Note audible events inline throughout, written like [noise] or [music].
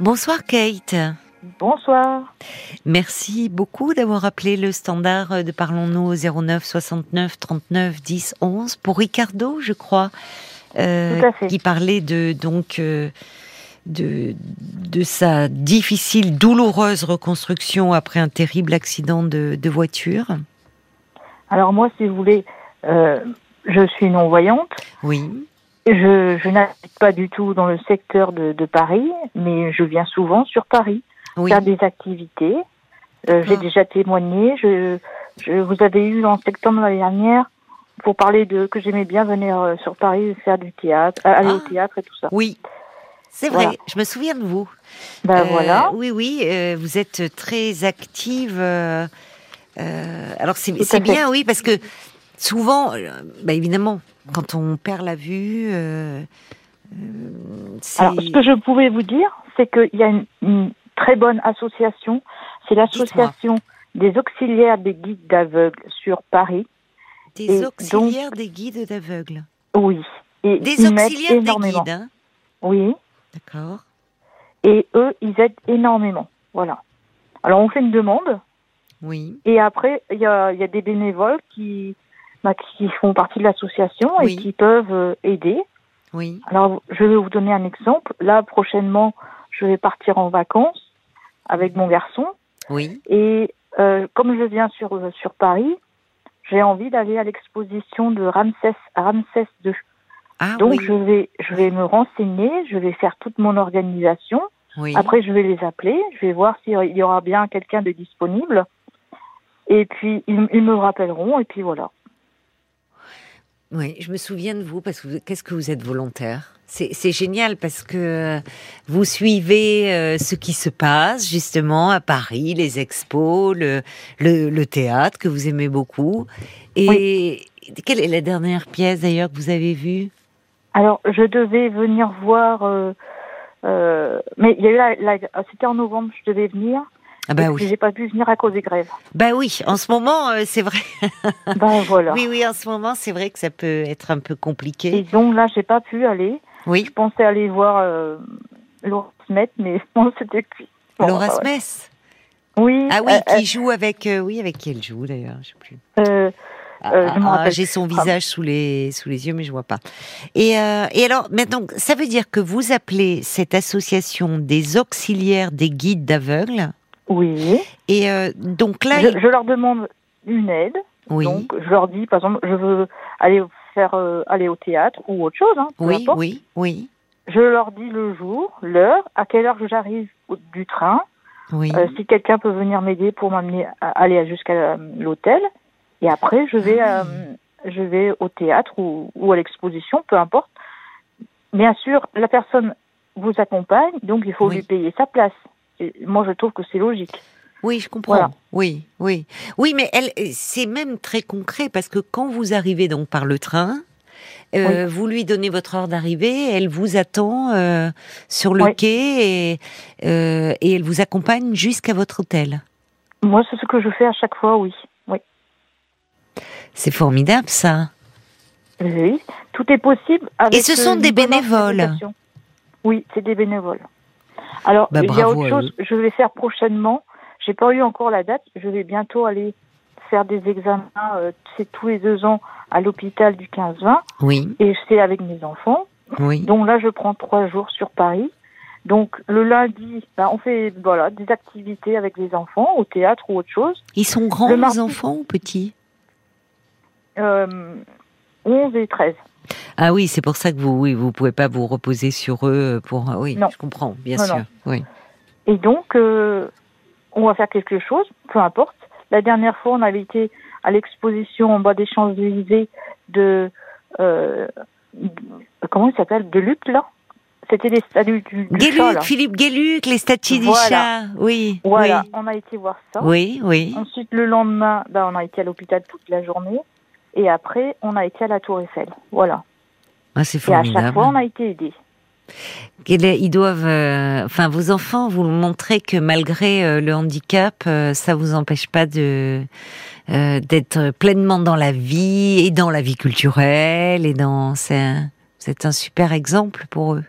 Bonsoir Kate. Bonsoir. Merci beaucoup d'avoir appelé le standard de Parlons-nous au 09 69 39 10 11 pour Ricardo, je crois, euh, Tout à fait. qui parlait de donc euh, de, de sa difficile, douloureuse reconstruction après un terrible accident de, de voiture. Alors moi, si vous voulez, euh, je suis non-voyante. Oui, Je, je n'habite pas du tout dans le secteur de, de Paris, mais je viens souvent sur Paris oui, faire des activités. Euh, J'ai Ah. déjà témoigné. Je, je vous avez eu en septembre l'année dernière pour parler de que j'aimais bien venir euh, sur Paris faire du théâtre, euh, aller au Ah. théâtre et tout ça. oui. C'est vrai, Voilà. je me souviens de vous. Ben Euh, voilà. Oui, oui, euh, vous êtes très active. euh, euh, alors c'est Tout à c'est fait. bien, oui, parce que souvent, euh, bah, évidemment, quand on perd la vue, euh, euh, c'est Alors, ce que je pouvais vous dire, c'est qu'il y a une, une très bonne association. C'est l'association des auxiliaires des guides d'aveugles sur Paris. et des donc- auxiliaires des guides d'aveugles. Oui. Et Des ils m'aident auxiliaires des énormément. guides, hein. Oui. d'accord. Et eux, ils aident énormément. Voilà. Alors, on fait une demande. Oui, Et après, il y a, il y a des bénévoles qui, bah, qui font partie de l'association Oui. et qui peuvent euh, aider. oui, Alors, je vais vous donner un exemple. Là, prochainement, je vais partir en vacances avec mon garçon. oui, Et euh, comme je viens sur, euh, sur Paris, j'ai envie d'aller à l'exposition de Ramsès, Ramsès II. ah Donc oui, je, vais, je vais me renseigner, je vais faire toute mon organisation. oui, Après, je vais les appeler, je vais voir s'il y aura bien quelqu'un de disponible. Et puis, ils, ils me rappelleront, et puis voilà. oui. Je me souviens de vous parce que vous- qu'est-ce que vous êtes volontaire. C'est c'est génial parce que euh, vous suivez euh, ce qui se passe justement à Paris, les expos, le, le, le théâtre que vous aimez beaucoup. Et quelle est la dernière pièce d'ailleurs que vous avez vue Alors, je devais venir voir... euh, euh, mais il y a eu la, la- ah, c'était en novembre, je devais venir. Ah bah et puis oui, J'ai pas pu venir à cause [laughs] des grèves. bah oui. En ce moment, euh, c'est vrai. ben voilà. Oui, oui. En ce moment, c'est vrai que ça peut être un peu Et compliqué. donc là, j'ai pas pu aller. Oui, Je pensais aller voir euh, Laura Smet, mais [laughs] bon, c'était cuit. Bon, Laura bah, ouais. Smith. Oui. Ah oui, euh, qui joue avec, euh, oui, avec qui elle joue d'ailleurs, je sais plus. euh, Ah, Euh, ah, je me ah, rappelle j'ai son plus. visage sous les sous les yeux, mais je vois pas. Et, euh, et alors maintenant, ça veut dire que vous appelez cette association des auxiliaires des guides d'aveugles. oui. Et euh, donc là, je, il- je leur demande une aide. oui, Donc, je leur dis, par exemple, je veux aller faire euh, aller au théâtre ou autre chose. hein, peu oui, importe. oui, oui, Je leur dis le jour, l'heure, à quelle heure j'arrive au- du train. oui. euh, si quelqu'un peut venir m'aider pour m'amener à aller jusqu'à euh, l'hôtel. Et après, je vais, Ah. euh, je vais au théâtre ou, ou à l'exposition, peu importe. Bien sûr, la personne vous accompagne, donc il faut Oui. lui payer sa place. Et moi, je trouve que c'est logique. Oui, je comprends. Voilà. Oui, oui. Oui, mais elle, c'est même très concret parce que quand vous arrivez donc par le train, euh, vous lui donnez votre heure d'arrivée, elle vous attend euh, sur le Oui. quai et, euh, et elle vous accompagne jusqu'à votre hôtel. Moi, c'est ce que je fais à chaque fois, oui. Oui, C'est formidable ça. oui. oui. Tout est possible. Avec euh, Et ce sont une des bonne bénévoles. organisation. Oui, c'est des bénévoles. Alors, Bah, il y a bravo autre à chose, je vais faire prochainement. J'ai pas eu encore la date. Je vais bientôt aller faire des examens, euh, c'est tous les deux ans à l'hôpital du 15-20. Oui, Et c'est avec mes enfants. oui, Donc là, je prends trois jours sur Paris. Donc le lundi, bah, on fait voilà des activités avec les enfants, au théâtre ou autre chose. Ils sont grands, Le les mardi- enfants ou petits Euh, 11 et 13. Ah oui, c'est pour ça que vous, oui, vous pouvez pas vous reposer sur eux pour. ah Oui, Non. je comprends, bien Non, sûr. non. Oui, Et donc, euh, on va faire quelque chose, peu importe. La dernière fois, on avait été à l'exposition en bas des Champs-Élysées de. Euh, de- comment il s'appelle De Luc, là C'était les statues du, du chat, là. Guéluc, Philippe Guéluc, les statues du Voilà. chat. Oui, Voilà, on a été voir ça. oui, oui, oui. Ensuite, le lendemain, bah, on a été à l'hôpital toute la journée. Et après, on a été à la Tour Eiffel. Voilà. Ah, c'est Et à chaque fois, on formidable. a été aidés. Quel est- Ils doivent, euh, enfin, vos enfants, vous montrer que malgré euh, le handicap, euh, ça vous empêche pas de euh, d'être pleinement dans la vie et dans la vie culturelle et dans. C'est un, c'est un super exemple pour eux.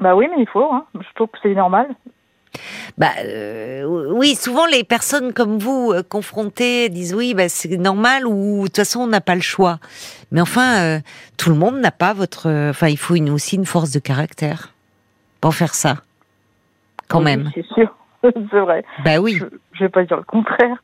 Bah oui, mais il faut. Hein. Je trouve que c'est normal. Bah euh, oui, souvent les personnes comme vous euh, confrontées disent oui, bah, c'est normal ou de toute façon on n'a pas le choix. Mais enfin, euh, tout le monde n'a pas votre. Enfin, il faut une, aussi une force de caractère pour faire ça, quand Oui, même. C'est sûr, [laughs] c'est vrai. Bah oui, Je, je vais pas dire le contraire,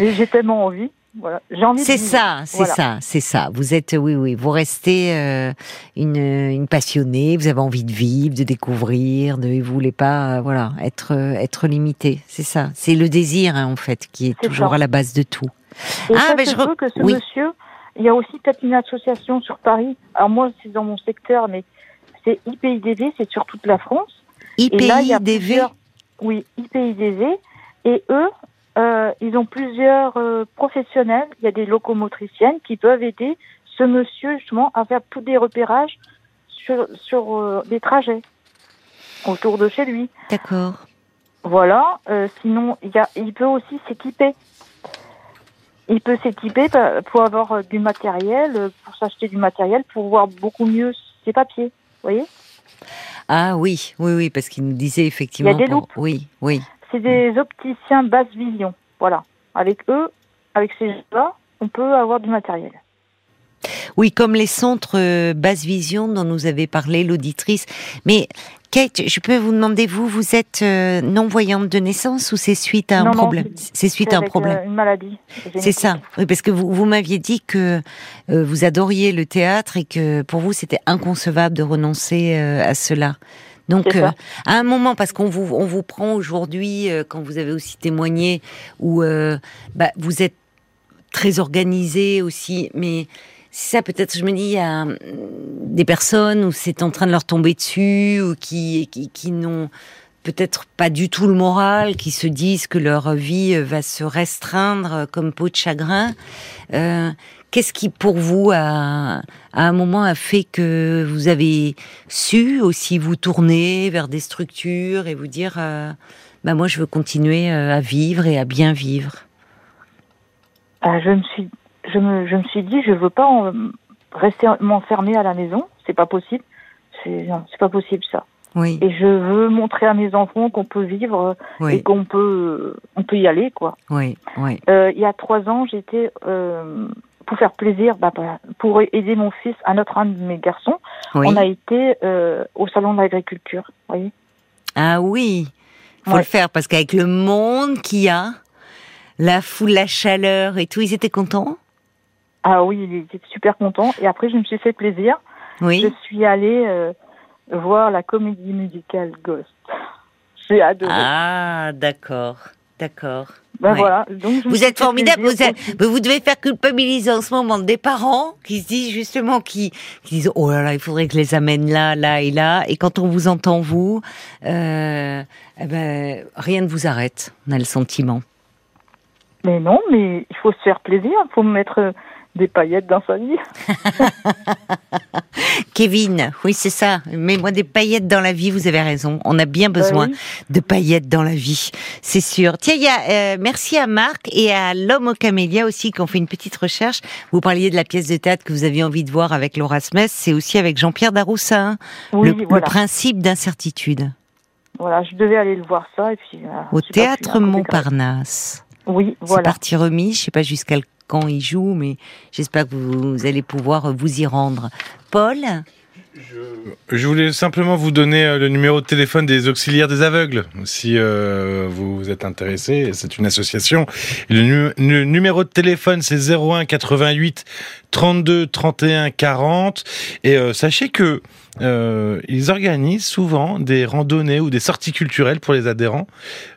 mais j'ai tellement envie. Voilà, j'ai envie. de c'est vivre. ça, c'est Voilà. ça, c'est ça. Vous êtes oui, oui, vous restez euh, une, une passionnée. Vous avez envie de vivre, de découvrir, de et vous voulez pas euh, voilà être euh, être limité. C'est ça. C'est le désir hein, en fait qui est C'est toujours ça. à la base de tout. Et Ah, ça, mais je je re- veux que ce oui. monsieur, il y a aussi peut-être une association sur Paris. Alors moi, c'est dans mon secteur, mais c'est IPIDV, c'est sur toute la France. Et là, il y a IPIDV. plusieurs- Oui, IPIDV. Et eux, euh, ils ont plusieurs euh, professionnels. Il y a des locomotriciennes qui peuvent aider ce monsieur justement à faire tous des repérages sur, sur euh, des trajets autour de chez lui. D'accord. Voilà. euh, sinon, il, y a, il peut aussi s'équiper. Il peut s'équiper pa- pour avoir euh, du matériel, euh, pour s'acheter du matériel, pour voir beaucoup mieux ses papiers. Vous voyez Ah oui, oui, oui, parce qu'il nous disait effectivement. des pour- loupes. Oui, oui. C'est des Mm. opticiens basse vision. Voilà. Avec eux, avec ces gens-là, on peut avoir du matériel. Oui, comme les centres euh, basse vision dont nous avait parlé l'auditrice. Mais Kate, je peux vous demander, vous, vous êtes euh, non-voyante de naissance ou c'est suite à un Non, non, problème c'est- C'est suite C'est à un avec, problème. euh, une maladie. C'est génétique. ça, oui, parce que vous, vous m'aviez dit que euh, vous adoriez le théâtre et que pour vous c'était inconcevable de renoncer euh, à cela. Donc C'est ça. euh, à un moment, parce qu'on vous on vous prend aujourd'hui euh, quand vous avez aussi témoigné où euh, bah, vous êtes très organisé aussi, mais c'est ça peut-être je me dis il y a hum, des personnes où c'est en train de leur tomber dessus ou qui qui, qui n'ont peut-être pas du tout le moral, qui se disent que leur vie euh, va se restreindre euh, comme peau de chagrin. Euh, Qu'est-ce qui, pour vous, a, à un moment, a fait que vous avez su aussi vous tourner vers des structures et vous dire, euh, bah moi, je veux continuer euh, à vivre et à bien vivre. Euh, je me suis, je me, je me suis dit, je veux pas en- rester m'enfermer à la maison. C'est pas possible. C'est non, c'est pas possible ça. Oui, Et je veux montrer à mes enfants qu'on peut vivre et oui, qu'on peut, on peut y aller quoi. oui, oui. Euh, il y a trois ans, j'étais euh, pour faire plaisir, bah, bah, pour aider mon fils, un autre un de mes garçons. oui. On a été euh, au salon de l'agriculture. vous voyez. Ah oui, faut Ouais. le faire parce qu'avec le monde qu'il y a, la foule, la chaleur et tout, ils étaient contents. Ah oui, il était super content. Et après, je me suis fait plaisir. Oui. Je suis allée euh, voir la comédie musicale Ghost. [laughs] J'ai adoré. Ah, d'accord, d'accord. ben ouais. voilà. Donc, je me Vous suis êtes fait formidable. Vous, plaisir [laughs] êtes- aussi. mais vous devez faire culpabiliser en ce moment des parents qui se disent justement, qui, qui disent oh là là, il faudrait que je les amène là, là et là. Et quand on vous entend vous, euh, eh ben, rien ne vous arrête. On a le sentiment. Mais non, mais il faut se faire plaisir. Il faut mettre euh, des paillettes dans sa vie. Kevin, oui c'est ça. Mets-moi des paillettes dans la vie. Vous avez raison. On a bien besoin. Ben oui. de paillettes dans la vie, c'est sûr. Tiens, il y a, euh, merci à Marc et à l'homme au camélia aussi qui ont fait une petite recherche. Vous parliez de la pièce de théâtre que vous aviez envie de voir avec Laura Smith, c'est aussi avec Jean-Pierre Daroussin. Oui, le, le voilà. principe d'incertitude Voilà, je devais aller le voir ça. Et puis, au euh, je sais pas, puis, théâtre hein, Montparnasse. Oui, C'est voilà. parti remis, je sais pas jusqu'à quand il joue, mais j'espère que vous, vous allez pouvoir vous y rendre. Paul, Je voulais simplement vous donner euh, le numéro de téléphone des auxiliaires des aveugles, si euh, vous êtes intéressé. C'est une association. Et Le, nu- le numéro de téléphone, c'est 01 88 32 31 40. Et euh, sachez que euh, ils organisent souvent des randonnées ou des sorties culturelles pour les adhérents.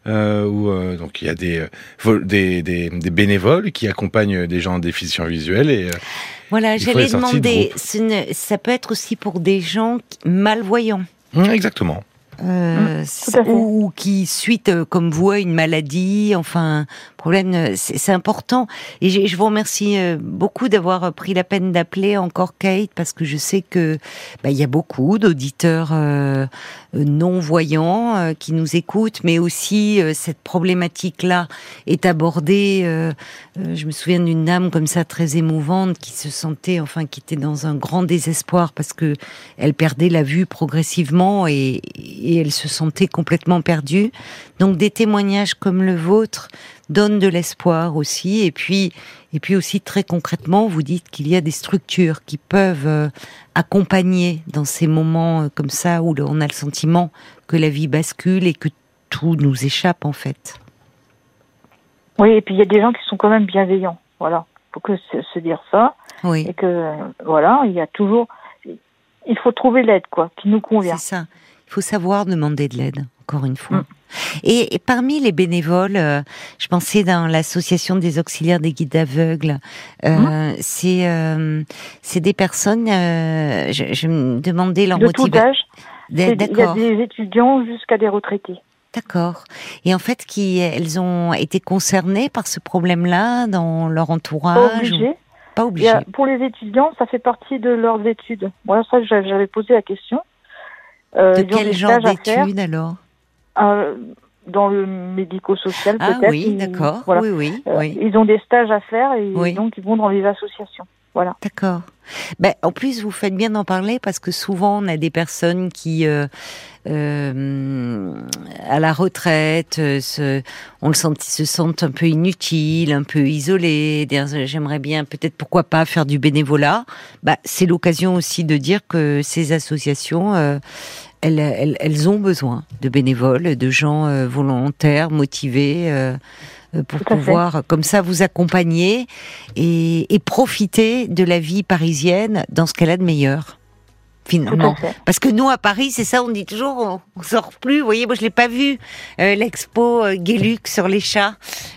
Euh, où, euh, donc il y a des, euh, vol- des, des, des bénévoles qui accompagnent des gens en déficience visuelle. Et, euh, voilà, Il faut j'allais les sorties de demander, groupe. ce ne- ça peut être aussi pour des gens qui- malvoyants. hum, exactement. euh, Mmh, tout à fait. ou, ou qui suite euh, comme vous à une maladie, enfin problème, euh, c'est c'est important. Et j'ai- je vous remercie euh, beaucoup d'avoir euh, pris la peine d'appeler encore Kate parce que je sais que bah, il y a beaucoup d'auditeurs euh, euh, non voyants euh, qui nous écoutent, mais aussi euh, cette problématique-là est abordée. euh, euh, je me souviens d'une dame comme ça très émouvante qui se sentait, enfin, qui était dans un grand désespoir parce que elle perdait la vue progressivement et, et elle se sentait complètement perdue. Donc des témoignages comme le vôtre donnent de l'espoir aussi. Et puis, et puis aussi très concrètement, vous dites qu'il y a des structures qui peuvent euh, accompagner dans ces moments euh, comme ça où on a le sentiment que la vie bascule et que tout nous échappe en fait. Oui, et puis il y a des gens qui sont quand même bienveillants. Voilà, faut que se, se dire ça Oui. et que euh, voilà, il y a toujours, il faut trouver l'aide quoi, qui nous convient. C'est ça. Il faut savoir demander de l'aide, encore une fois. Mm. Et, et parmi les bénévoles, euh, je pensais dans l'association des auxiliaires des guides aveugles, Mm. euh, c'est euh, c'est des personnes. euh, je, je me demandais leur De tout motivation. âge, c'est- il y a D'accord. des étudiants jusqu'à des retraités. D'accord. Et en fait, qui elles ont été concernées par ce problème-là dans leur Pas entourage ou- obligés. Pas Il y obligé. a- euh, pour les étudiants, ça fait partie de leurs études. Voilà, ça j'a- j'avais posé la question. Euh, De ils ont quel des genre stages à faire, d'études alors euh, Dans le médico-social, Ah peut-être. oui, ils- d'accord. voilà. Oui, oui, Euh, oui. Ils ont des stages à faire et Oui. donc ils vont dans les associations. D'accord. Ben, en plus, vous faites bien d'en parler parce que souvent, on a des personnes qui, euh, euh, à la retraite, euh, se, on le sent, se sentent un peu inutiles, un peu isolés. dire, euh, J'aimerais bien, peut-être, pourquoi pas faire du bénévolat. Ben, c'est l'occasion aussi de dire que ces associations, euh, elles, elles, elles ont besoin de bénévoles, de gens euh, volontaires, motivés. euh, euh, pour Tout à fait. pouvoir euh, comme ça vous accompagner et, et profiter de la vie parisienne dans ce qu'elle a de meilleur. Tout Finalement, à fait. parce que nous à Paris, c'est ça, on dit toujours, on, on sort plus. Vous voyez, moi je l'ai pas vu euh, l'expo euh, Guéluc sur les chats.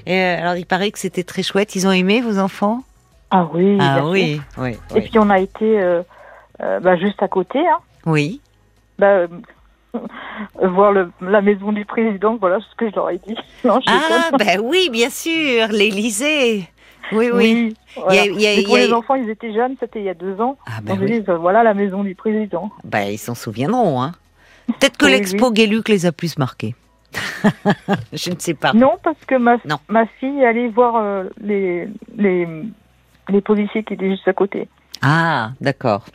Euh, alors il paraît que c'était très chouette. Ils ont aimé vos enfants Ah oui. bien Ah sûr. oui, oui, Et oui, puis on a été euh, euh, bah, juste à côté, hein, oui. bah, euh, [laughs] voir le- la maison du président. Voilà ce que je leur ai dit. [laughs] Non, je Ah ben oui, bien sûr, l'Élysée. Oui, oui. déconne. oui. voilà. Il y a- il y a- Mais pour il y a- les enfants, ils étaient jeunes, c'était il y a deux ans. Ah Donc ben je oui. dis, euh, voilà la maison du président. Ben, ils s'en souviendront, hein. Peut-être que Oui, l'expo Guéluc les a plus marqués. [laughs] je ne sais pas. Non, parce que ma, Ah. Non. ma fille allait voir euh, les, les, les policiers qui étaient juste à côté. Ah, d'accord.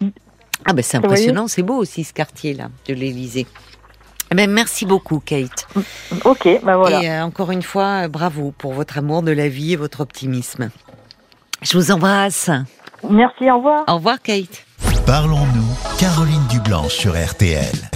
Ah ben c'est Mm. Vous voyez impressionnant, c'est beau aussi ce quartier-là de l'Élysée. Eh Ben, merci beaucoup, Kate. Ok, bah voilà. Et euh, encore une fois, euh, bravo pour votre amour de la vie et votre optimisme. Je vous embrasse. euh, Merci, au revoir. Au revoir, Kate. Parlons-nous, Caroline Dublanche sur RTL.